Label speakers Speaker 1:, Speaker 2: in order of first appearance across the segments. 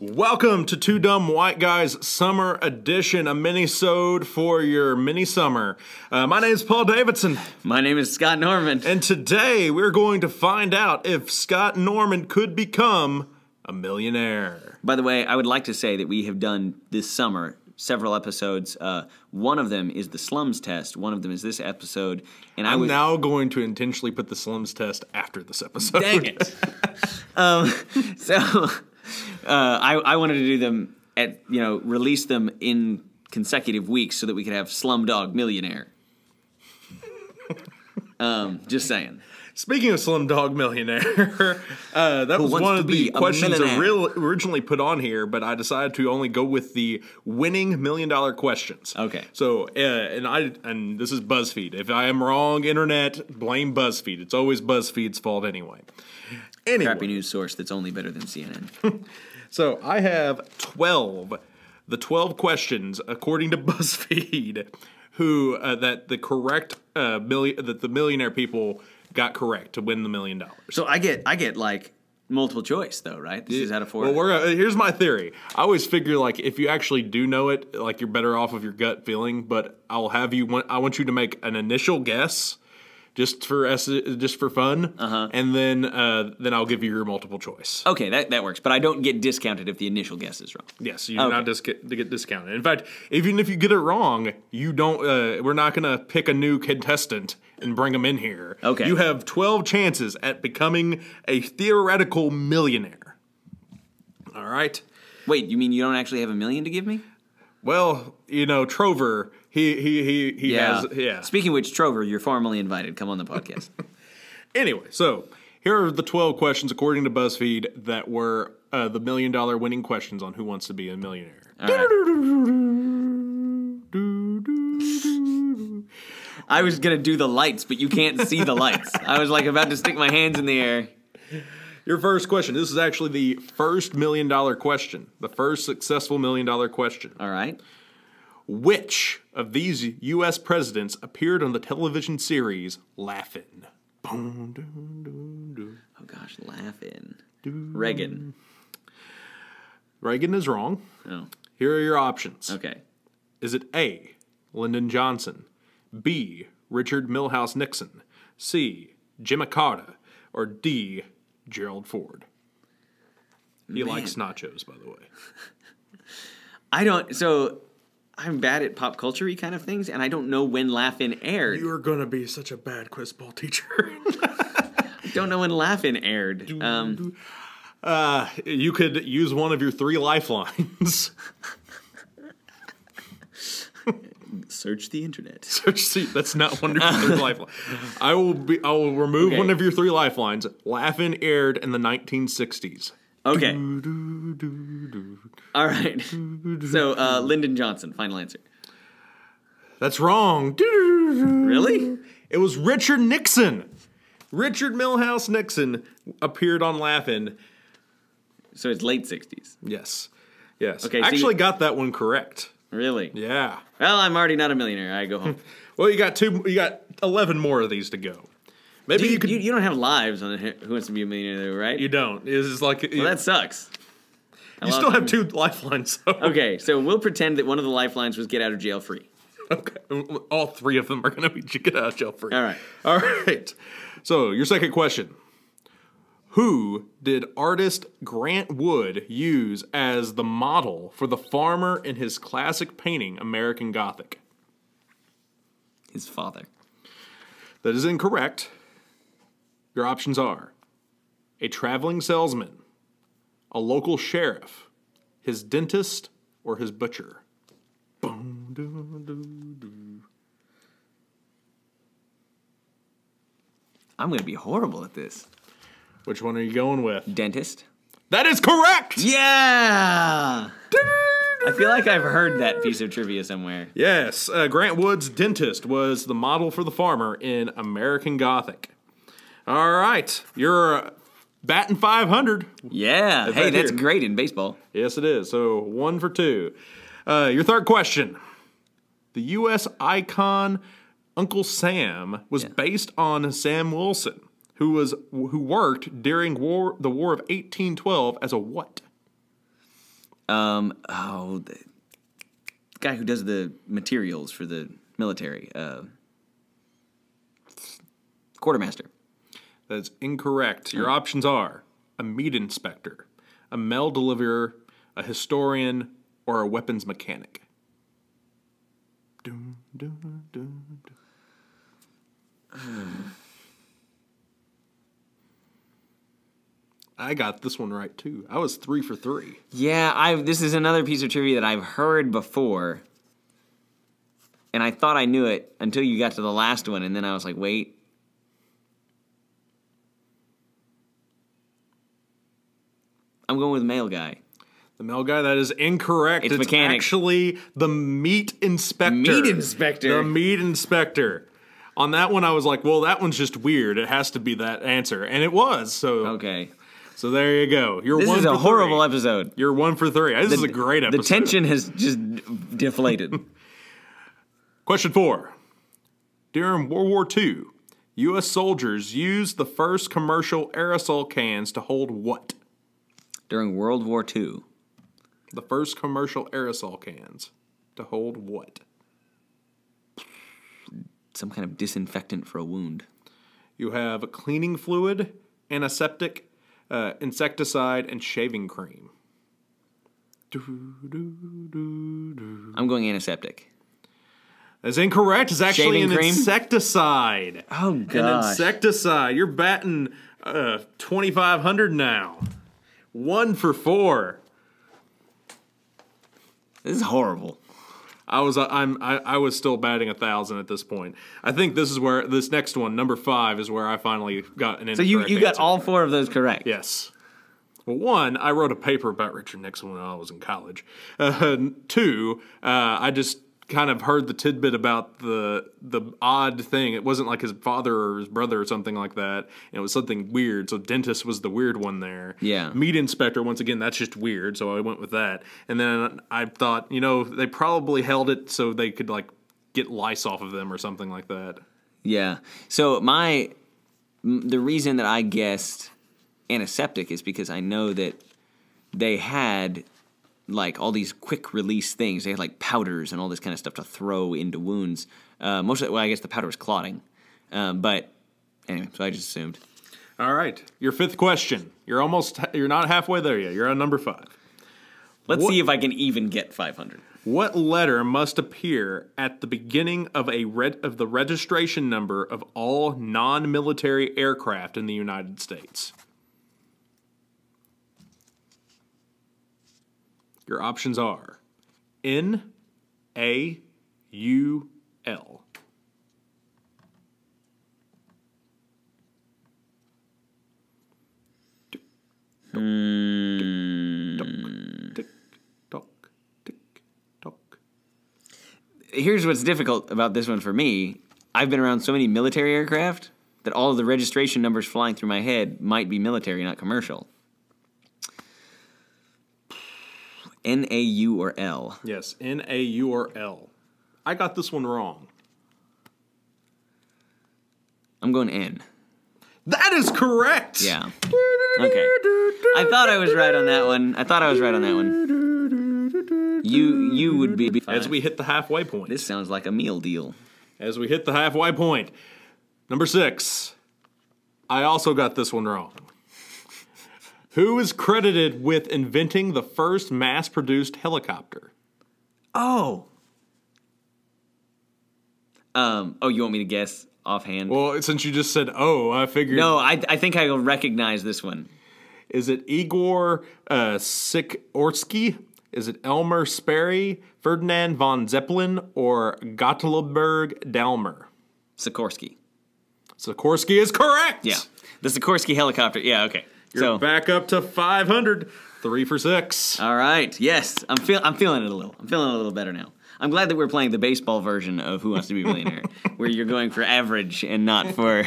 Speaker 1: Welcome to Two Dumb White Guys Summer Edition, a mini-sode for your mini-summer. Uh, my name is Paul Davidson,
Speaker 2: My name is Scott Norman.
Speaker 1: and today we're going to find out if Scott Norman could become a millionaire.
Speaker 2: By the way, I would like to say that we have done this summer several episodes. Uh, one of them is the slums test. One of them is this episode. And I
Speaker 1: I'm
Speaker 2: was
Speaker 1: now going to intentionally put the Slims test after this episode.
Speaker 2: dang it. um, so uh, I I wanted to do them at you know release them in consecutive weeks so that we could have Slumdog Millionaire. Um, just saying.
Speaker 1: Speaking of Slim Dog Millionaire, uh, that was
Speaker 2: wants
Speaker 1: one
Speaker 2: to
Speaker 1: of the
Speaker 2: be a
Speaker 1: questions I
Speaker 2: millionaire?
Speaker 1: real, originally put on here, but I decided to only go with the winning million dollar questions.
Speaker 2: Okay.
Speaker 1: So, uh, and I and this is BuzzFeed. If I am wrong, internet, blame BuzzFeed. It's always BuzzFeed's fault anyway.
Speaker 2: Crappy
Speaker 1: Anyway,
Speaker 2: news source that's only better than CNN.
Speaker 1: so I have twelve, the twelve questions according to BuzzFeed, who uh, that the correct uh, million that the millionaire people got correct to win the million dollars.
Speaker 2: So I get I get like multiple choice though, right? This is out of four.
Speaker 1: Well, we're uh, here's my theory. I always figure like if you actually do know it, like you're better off of your gut feeling. But I'll have you. Want, I want you to make an initial guess, just for es- just for fun, uh-huh. and then uh, then I'll give you your multiple choice.
Speaker 2: Okay, that, that works. But I don't get discounted if the initial guess is wrong.
Speaker 1: Yes, you're not
Speaker 2: Okay.
Speaker 1: dis- get, to get discounted. In fact, even if you get it wrong, you don't. Uh, we're not going to pick a new contestant and bring them in here.
Speaker 2: Okay.
Speaker 1: you have twelve chances at becoming a theoretical millionaire. All right.
Speaker 2: Wait, you mean you don't actually have a million to give me?
Speaker 1: Well, you know, Trover, he he he he has yeah.
Speaker 2: Speaking of which, Trover, you're formally invited. Come on the podcast.
Speaker 1: anyway, so here are the twelve questions according to BuzzFeed that were uh, the million dollar winning questions on Who Wants to Be a Millionaire.
Speaker 2: I was gonna do the lights, but you can't see the lights. I was like about to stick my hands in the air.
Speaker 1: Your first question. This is actually the first million dollar question, the first successful million dollar question.
Speaker 2: All right.
Speaker 1: Which of these U.S. presidents appeared on the television series Laughing? Boom, doom, doom, doom.
Speaker 2: Oh gosh, laughing. Reagan.
Speaker 1: Reagan is wrong.
Speaker 2: Oh,
Speaker 1: Here are your options.
Speaker 2: okay.
Speaker 1: Is it A. Lyndon Johnson, B. Richard Milhouse Nixon, C. Jimmy Carter, or D. Gerald Ford? He
Speaker 2: Man.
Speaker 1: likes nachos, by the way.
Speaker 2: I don't. So I'm bad at pop culture kind of things, and I don't know when laughing aired.
Speaker 1: You're gonna be such a bad quiz ball teacher.
Speaker 2: don't know when laughing aired. Um,
Speaker 1: uh, you could use one of your three lifelines.
Speaker 2: search the internet.
Speaker 1: See, that's not one of your three lifelines. I will be. I will remove
Speaker 2: Okay.
Speaker 1: one of your three lifelines. Laughing aired in the 1960s.
Speaker 2: Okay.
Speaker 1: Doo, doo, doo, doo.
Speaker 2: All right. So, uh, Lyndon Johnson, final answer.
Speaker 1: That's wrong. Doo, doo, doo.
Speaker 2: Really?
Speaker 1: It was Richard Nixon. Richard Milhouse Nixon appeared on Laughing.
Speaker 2: So it's late 60s.
Speaker 1: Yes. Yes.
Speaker 2: Okay, so
Speaker 1: I actually
Speaker 2: you-
Speaker 1: got that one correct.
Speaker 2: Really?
Speaker 1: Yeah.
Speaker 2: Well, I'm already not a millionaire. I go home.
Speaker 1: Well, you got two you got 11 more of these to go. Maybe
Speaker 2: Dude,
Speaker 1: you could
Speaker 2: you,
Speaker 1: you,
Speaker 2: you don't have lives on Who Wants to Be a Millionaire, though, right?
Speaker 1: don't. It's just like you,
Speaker 2: well, that sucks. I
Speaker 1: you
Speaker 2: lost
Speaker 1: still have
Speaker 2: my-
Speaker 1: two lifelines. So.
Speaker 2: Okay, so we'll pretend that one of the lifelines was get out of jail free.
Speaker 1: okay. All three of them are going to be get out of jail free.
Speaker 2: All right.
Speaker 1: All right. So, your second question. Who did artist Grant Wood use as the model for the farmer in his classic painting, American Gothic?
Speaker 2: His father.
Speaker 1: That is incorrect. Your options are a traveling salesman, a local sheriff, his dentist, or his butcher. Boom, doo, doo, doo.
Speaker 2: I'm going to be horrible at this.
Speaker 1: Which one are you going with?
Speaker 2: Dentist?
Speaker 1: That is correct!
Speaker 2: Yeah! I feel like I've heard that piece of trivia somewhere.
Speaker 1: Yes, uh, Grant Wood's dentist was the model for the farmer in American Gothic. All right, you're uh, batting 500.
Speaker 2: Yeah. Hey,
Speaker 1: right
Speaker 2: that's
Speaker 1: here.
Speaker 2: great in baseball.
Speaker 1: Yes, it is. So one for two. Uh, your third question. The U.S. icon Uncle Sam was based on Sam Wilson, who was who worked during war the War of 1812 as a what?
Speaker 2: Um, oh, the guy who does the materials for the military, uh, quartermaster.
Speaker 1: That's incorrect. Your options are a meat inspector, a mail deliverer, a historian, or a weapons mechanic. Dun, dun, dun, dun. I got this one right too. I was three for three.
Speaker 2: Yeah, I this is another piece of trivia that I've heard before. And I thought I knew it until you got to the last one and then I was like, "Wait. I'm going with male guy."
Speaker 1: The mail guy, that is incorrect.
Speaker 2: It's mechanic.
Speaker 1: actually the meat inspector.
Speaker 2: Meat inspector.
Speaker 1: The meat inspector. On that one, I was like, well, that one's just weird. It has to be that answer. And it was. So
Speaker 2: Okay.
Speaker 1: so there you go. You're
Speaker 2: This
Speaker 1: one
Speaker 2: is
Speaker 1: for
Speaker 2: a horrible
Speaker 1: three.
Speaker 2: episode.
Speaker 1: You're one for three. This is a great episode.
Speaker 2: The tension has just deflated.
Speaker 1: Question four. During World War II, U.S. soldiers used the first commercial aerosol cans to hold what?
Speaker 2: During World War II,
Speaker 1: The first commercial aerosol cans to hold what?
Speaker 2: some kind of disinfectant for a wound.
Speaker 1: You have a cleaning fluid, antiseptic, uh, insecticide, and shaving cream.
Speaker 2: I'm going antiseptic.
Speaker 1: That's incorrect. It's actually
Speaker 2: Shaving
Speaker 1: an
Speaker 2: cream?
Speaker 1: insecticide.
Speaker 2: Oh
Speaker 1: An
Speaker 2: god.
Speaker 1: insecticide. You're batting uh, 2,500 now. One for four.
Speaker 2: this is horrible.
Speaker 1: I was uh, I'm I, I was still batting a thousand at this point. I think this is where this next one, number five, is where I finally got an.
Speaker 2: So you, you got all four of those correct.
Speaker 1: Yes. Well, one, I wrote a paper about Richard Nixon when I was in college. Uh, two, uh, I just kind of heard the tidbit about the the odd thing. It wasn't like his father or his brother or something like that. And it was something weird. So dentist was the weird one there.
Speaker 2: Yeah.
Speaker 1: Meat inspector once again. That's just weird. So I went with that. And then I thought, you know, they probably held it so they could like get lice off of them or something like that.
Speaker 2: Yeah. So my m- the reason that I guessed antiseptic is because I know that they had like all these quick release things. They had like powders and all this kind of stuff to throw into wounds. Uh, most of the, well, I guess the powder was clotting, um, but anyway. So I just assumed.
Speaker 1: All right. Your fifth question. You're almost. You're not halfway there yet. You're on number five.
Speaker 2: Let's
Speaker 1: What-
Speaker 2: see if I can even get 500.
Speaker 1: What letter must appear at the beginning of a red of the registration number of all non-military aircraft in the United States? Your options are N A U L. Tick tock, tick tock.
Speaker 2: Here's what's difficult about this one for me. I've been around so many military aircraft that all of the registration numbers flying through my head might be military, not commercial. N A U or L.
Speaker 1: Yes, N A U R L. I got this one wrong.
Speaker 2: I'm going N.
Speaker 1: That is correct.
Speaker 2: Yeah. Okay. I thought I was right on that one. I thought I was right on that one. You you would be.
Speaker 1: As we hit the halfway point.
Speaker 2: this sounds like a meal deal.
Speaker 1: as we hit the halfway point. Number six, I also got this one wrong. Who is credited with inventing the first mass produced helicopter?
Speaker 2: Oh. Um. Oh, you want me to guess offhand?
Speaker 1: Well, since you just said, oh, I figured.
Speaker 2: no, I I think I will recognize this one.
Speaker 1: Is it Igor uh, Sikorsky? Is it Elmer Sperry, Ferdinand von Zeppelin, or Gottlieb Dalmer?
Speaker 2: Sikorsky.
Speaker 1: Sikorsky is correct.
Speaker 2: Yeah. The Sikorsky helicopter. Yeah. Okay.
Speaker 1: You're
Speaker 2: so.
Speaker 1: back up to 500. Three for six.
Speaker 2: All right. Yes. I'm feel I'm feeling it a little. I'm feeling it a little better now. I'm glad that we're playing the baseball version of Who Wants to Be a Millionaire, where you're going for average and not for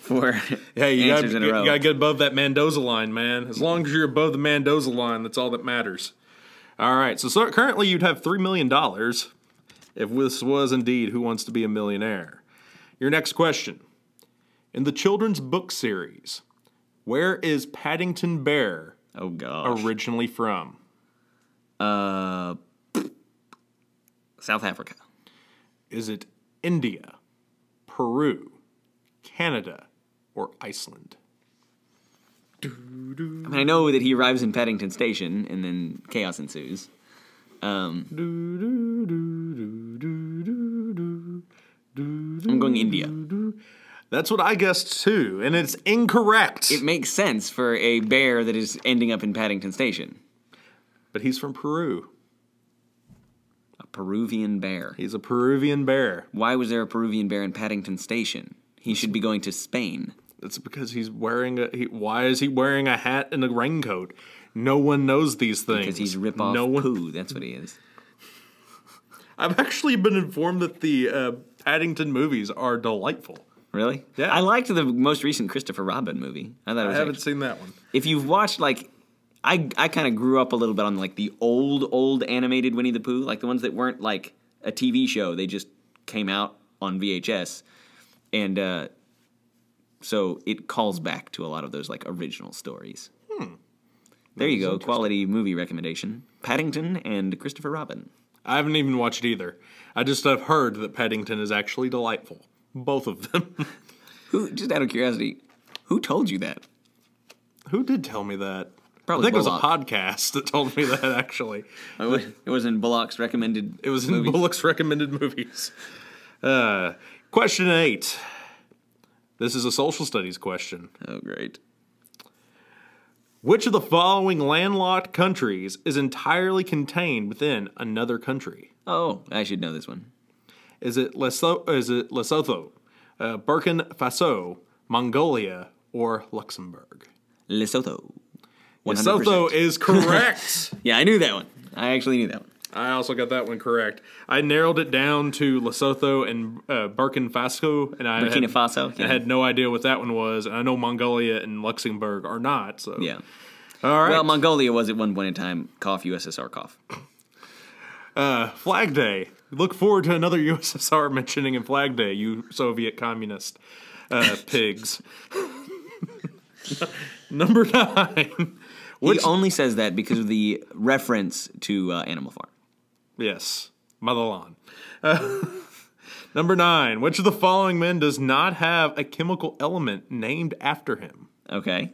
Speaker 2: for
Speaker 1: Hey, you gotta,
Speaker 2: answers in a
Speaker 1: you
Speaker 2: row.
Speaker 1: gotta get above that Mendoza line, man. As long as you're above the Mendoza line, that's all that matters. All right, so, so currently you'd have $3 million if this was indeed Who Wants to Be a Millionaire. Your next question. In the children's book series, where is Paddington Bear
Speaker 2: oh gosh.
Speaker 1: originally from?
Speaker 2: Uh, South Africa.
Speaker 1: Is it India, Peru, Canada, or Iceland?
Speaker 2: I mean, I know that he arrives in Paddington Station, and then chaos ensues. I'm going India.
Speaker 1: That's what I guessed too, and it's incorrect.
Speaker 2: It makes sense for a bear that is ending up in Paddington Station.
Speaker 1: but he's from Peru.
Speaker 2: A Peruvian bear.
Speaker 1: He's a Peruvian bear.
Speaker 2: Why was there a Peruvian bear in Paddington Station? He should be going to Spain.
Speaker 1: That's because he's wearing a. He, why is he wearing a hat and a raincoat? No one knows these things.
Speaker 2: Because he's rip off
Speaker 1: No one.
Speaker 2: poo. That's what he is.
Speaker 1: I've actually been informed that the uh, Paddington movies are delightful.
Speaker 2: Really?
Speaker 1: Yeah.
Speaker 2: I liked the most recent Christopher Robin movie. I thought it
Speaker 1: I
Speaker 2: was.
Speaker 1: haven't
Speaker 2: act-
Speaker 1: seen that one.
Speaker 2: if you've watched like, I I kind of grew up a little bit on like the old old animated Winnie the Pooh, like the ones that weren't like a TV show. They just came out on VHS, and uh, so it calls back to a lot of those like original stories. Hmm. There you go. Quality movie recommendation: Paddington and Christopher Robin.
Speaker 1: I haven't even watched it either. I just have heard that Paddington is actually delightful. Both of them.
Speaker 2: Who? Just out of curiosity, who told you that?
Speaker 1: Who did tell me that?
Speaker 2: Probably
Speaker 1: I think it was
Speaker 2: Bullock.
Speaker 1: a podcast that told me that. Actually,
Speaker 2: I wa- It was in Bullock's recommended.
Speaker 1: it was in Bullock's recommended movies. Uh, question eight. This is a social studies question.
Speaker 2: Oh, great.
Speaker 1: Which of the following landlocked countries is entirely contained within another country?
Speaker 2: Oh, I should know this one.
Speaker 1: Is it Lesotho? Is it Lesotho, uh, Burkina Faso, Mongolia, or Luxembourg?
Speaker 2: Lesotho. 100%.
Speaker 1: Lesotho is correct.
Speaker 2: Yeah, I knew that one. I actually knew that one.
Speaker 1: I also got that one correct. I narrowed it down to Lesotho and uh, Burkina Faso, and I
Speaker 2: Burkina
Speaker 1: had,
Speaker 2: Faso.
Speaker 1: I
Speaker 2: Yeah.
Speaker 1: had no idea what that one was. And I know Mongolia and Luxembourg are not. So
Speaker 2: yeah.
Speaker 1: all right.
Speaker 2: Well, Mongolia was at one point in time cough USSR cough.
Speaker 1: Flag Day. Look forward to another USSR mentioning in Flag Day, you Soviet communist uh, pigs. Number nine.
Speaker 2: He only says that because of the reference to uh, Animal Farm.
Speaker 1: Yes, Motherlon. Uh, number nine. Which of the following men does not have a chemical element named after him?
Speaker 2: Okay.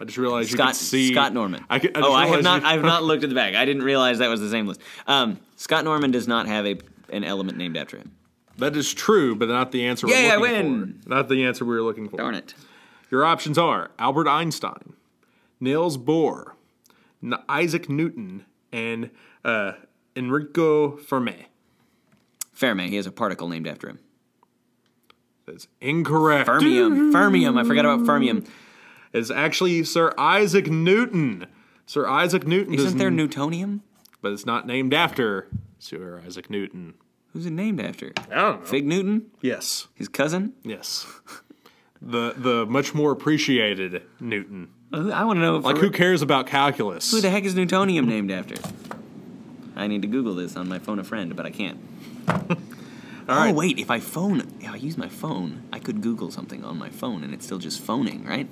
Speaker 1: I just realized you
Speaker 2: Scott
Speaker 1: could see
Speaker 2: Scott Norman.
Speaker 1: I could, I
Speaker 2: oh,
Speaker 1: just
Speaker 2: I have
Speaker 1: realized
Speaker 2: not.
Speaker 1: you-
Speaker 2: I have not looked at the back. I didn't realize that was the same list. Um, Scott Norman does not have a an element named after him.
Speaker 1: that is true, but not the answer.
Speaker 2: Yay, I
Speaker 1: we're looking
Speaker 2: win.
Speaker 1: For. Not the answer we were looking for.
Speaker 2: Darn it.
Speaker 1: Your options are Albert Einstein, Niels Bohr, N- Isaac Newton, and uh, Enrico Fermi.
Speaker 2: Fermi. He has a particle named after him.
Speaker 1: That's incorrect.
Speaker 2: Fermium. Fermium. I forgot about fermium.
Speaker 1: It's actually Sir Isaac Newton. Sir Isaac Newton does
Speaker 2: Isn't there Newtonium?
Speaker 1: but it's not named after Sir Isaac Newton.
Speaker 2: Who's it named after?
Speaker 1: I don't know.
Speaker 2: Fig Newton?
Speaker 1: Yes,
Speaker 2: His cousin?
Speaker 1: yes. the the much more appreciated Newton.
Speaker 2: Who- Uh, I want to know.
Speaker 1: Like
Speaker 2: who,
Speaker 1: who cares about calculus?
Speaker 2: who the heck is Newtonium named after? I need to Google this on my phone a friend, but I can't.
Speaker 1: All right.
Speaker 2: Oh wait, if I phone, if I use my phone, I could Google something on my phone, and it's still just phoning, right?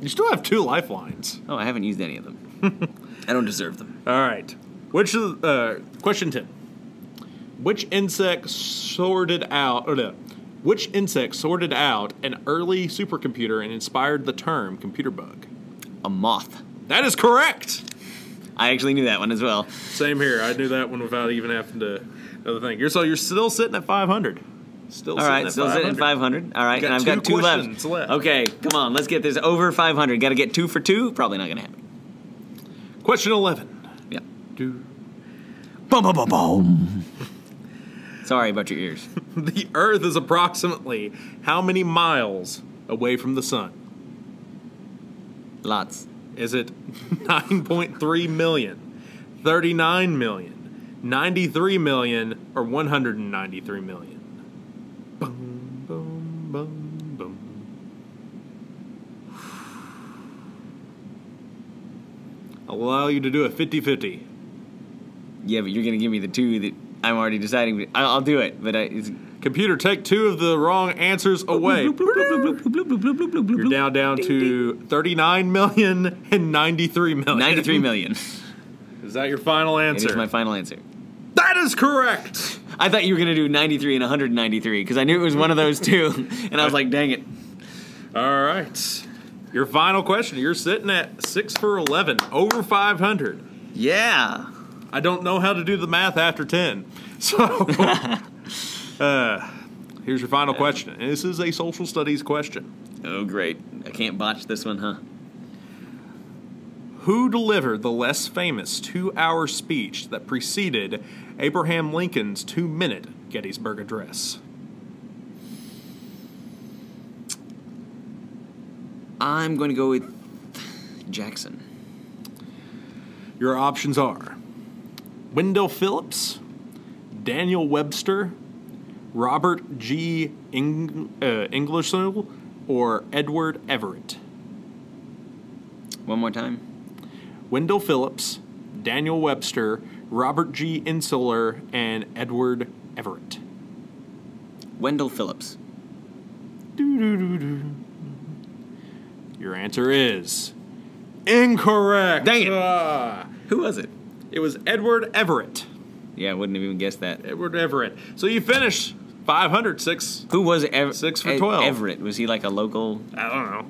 Speaker 1: You still have two lifelines.
Speaker 2: Oh, I haven't used any of them. I don't deserve them.
Speaker 1: All right. Which is uh, question ten? Which insect sorted out? Or no, which insect sorted out an early supercomputer and inspired the term computer bug?
Speaker 2: A moth.
Speaker 1: That is correct.
Speaker 2: I actually knew that one as well.
Speaker 1: Same here. I knew that one without even having to know the thing. You're so you're still sitting at 500. Still
Speaker 2: All
Speaker 1: sitting
Speaker 2: right,
Speaker 1: at
Speaker 2: still
Speaker 1: 500.
Speaker 2: sitting at 500. All right,
Speaker 1: Got
Speaker 2: and I've
Speaker 1: two
Speaker 2: got two left.
Speaker 1: questions left.
Speaker 2: Okay, come on, let's get this over 500. Got to get two for two. Probably not gonna happen.
Speaker 1: Question 11.
Speaker 2: Yeah.
Speaker 1: Do
Speaker 2: Boom, boom, boom, boom. Sorry about your ears.
Speaker 1: the Earth is approximately how many miles away from the sun?
Speaker 2: Lots.
Speaker 1: Is it 9.3 million, 39 million, 93 million, or 193 million? Boom, boom, boom, boom. Allow you to do a 50 50.
Speaker 2: Yeah, but you're gonna give me the two that I'm already deciding. I- I'll do it, but I, it's
Speaker 1: Computer, take two of the wrong answers away. You're now down to 39 million and 93 million.
Speaker 2: 93 million.
Speaker 1: Is that your final
Speaker 2: It
Speaker 1: answer?
Speaker 2: is my final answer.
Speaker 1: that is correct.
Speaker 2: I thought you were gonna do 93 and 193 because I knew it was one of those two, and I was like, dang it.
Speaker 1: All right. Your final question. You're sitting at six for 11, over 500.
Speaker 2: Yeah.
Speaker 1: I don't know how to do the math after 10. So, uh, here's your final question. And this is a social studies question.
Speaker 2: Oh great. I can't botch this one, huh?
Speaker 1: Who delivered the less famous two hour speech that preceded Abraham Lincoln's two minute Gettysburg Address?
Speaker 2: I'm going to go with Jackson.
Speaker 1: Your options are Wendell Phillips, Daniel Webster, Robert G. Eng- uh, Ingersoll, or Edward Everett.
Speaker 2: One more time.
Speaker 1: Wendell Phillips, Daniel Webster, Robert G. Insular, and Edward Everett.
Speaker 2: Wendell Phillips.
Speaker 1: Doo-doo-doo-doo. Your answer is incorrect.
Speaker 2: Dang it.
Speaker 1: Ah.
Speaker 2: Who was it?
Speaker 1: it was Edward Everett.
Speaker 2: Yeah, I wouldn't have even guessed that.
Speaker 1: Edward Everett. So you finished 506.
Speaker 2: Who was Everett?
Speaker 1: Six for 12.
Speaker 2: Everett. Was he like a local?
Speaker 1: I don't know.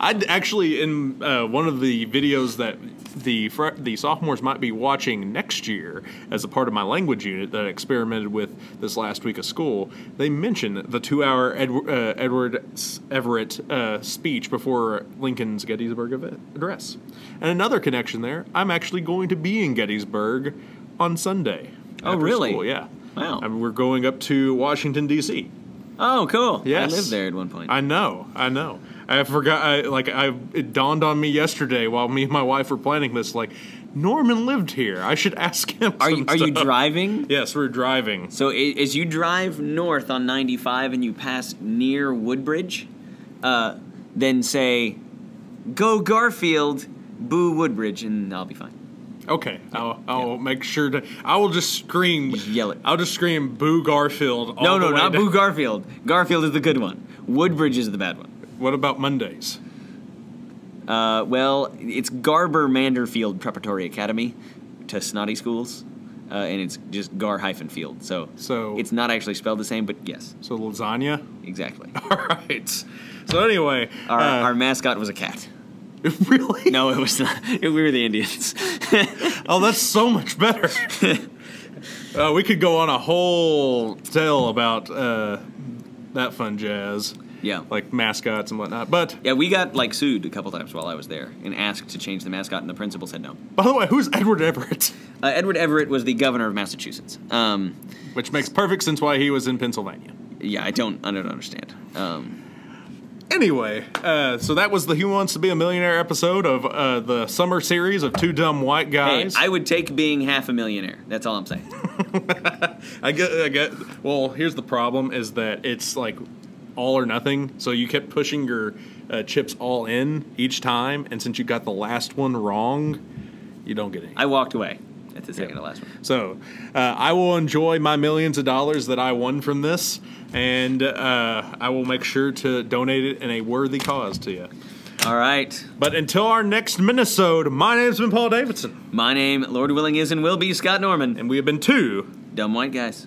Speaker 1: I actually in uh, one of the videos that the fr- the sophomores might be watching next year as a part of my language unit that I experimented with this last week of school. They mention the two hour Edward, uh, Edward S- Everett uh, speech before Lincoln's Gettysburg av- address. And another connection there. I'm actually going to be in Gettysburg on Sunday.
Speaker 2: Oh,
Speaker 1: after
Speaker 2: really?
Speaker 1: School, yeah.
Speaker 2: Wow.
Speaker 1: And we're going up to Washington D.C.
Speaker 2: Oh, cool.
Speaker 1: Yes.
Speaker 2: I lived there at one point.
Speaker 1: I know, I know. I forgot. I, like, I it dawned on me yesterday while me and my wife were planning this. Like, Norman lived here. I should ask him.
Speaker 2: are
Speaker 1: some
Speaker 2: you are you
Speaker 1: stuff.
Speaker 2: driving?
Speaker 1: Yes, we're driving.
Speaker 2: So i- as you drive north on 95 and you pass near Woodbridge, uh, then say, "Go Garfield, boo Woodbridge," and I'll be fine.
Speaker 1: Okay, I'll, I'll make sure to. I will just scream.
Speaker 2: Yell it.
Speaker 1: I'll just scream, "Boo Garfield!" all
Speaker 2: No,
Speaker 1: the
Speaker 2: no,
Speaker 1: way
Speaker 2: not
Speaker 1: down.
Speaker 2: boo Garfield. Garfield is the good one. Woodbridge is the bad one.
Speaker 1: What about Mondays?
Speaker 2: Uh, well, it's Garber Manderfield Preparatory Academy to snotty schools, uh, and it's just Gar hyphen Field. So,
Speaker 1: So-
Speaker 2: it's not actually spelled the same, but yes,
Speaker 1: So lasagna.
Speaker 2: exactly.
Speaker 1: All right. So anyway,
Speaker 2: Our,
Speaker 1: uh,
Speaker 2: our mascot was a cat.
Speaker 1: really?
Speaker 2: No, it was not. We were the Indians.
Speaker 1: Oh, that's so much better. uh, we could go on a whole tale about uh, that fun jazz.
Speaker 2: yeah.
Speaker 1: Like mascots and whatnot. But
Speaker 2: Yeah, we got like sued a couple times while I was there and asked to change the mascot, and the principal said no.
Speaker 1: by the way, who's Edward Everett?
Speaker 2: Uh, Edward Everett was the governor of Massachusetts. Um,
Speaker 1: Which makes perfect sense why he was in Pennsylvania.
Speaker 2: yeah, I don't, I don't understand. Um,
Speaker 1: Anyway, uh, so that was the Who Wants to Be a Millionaire episode of uh, the summer series of Two Dumb White
Speaker 2: hey,
Speaker 1: Guys.
Speaker 2: I would take being half a millionaire. That's all I'm saying.
Speaker 1: I get, I get. Well, here's the problem: is that it's like all or nothing. So you kept pushing your uh, chips all in each time, and since you got the last one wrong, you don't get any.
Speaker 2: I walked away at the second to last one.
Speaker 1: So uh, I will enjoy my millions of dollars that I won from this, and uh, I will make sure to donate it in a worthy cause to you.
Speaker 2: All right.
Speaker 1: But until our next Minnesota, my name's been Paul Davidson,
Speaker 2: My name, Lord willing, is and will be Scott Norman.
Speaker 1: and we have been two
Speaker 2: Dumb white guys.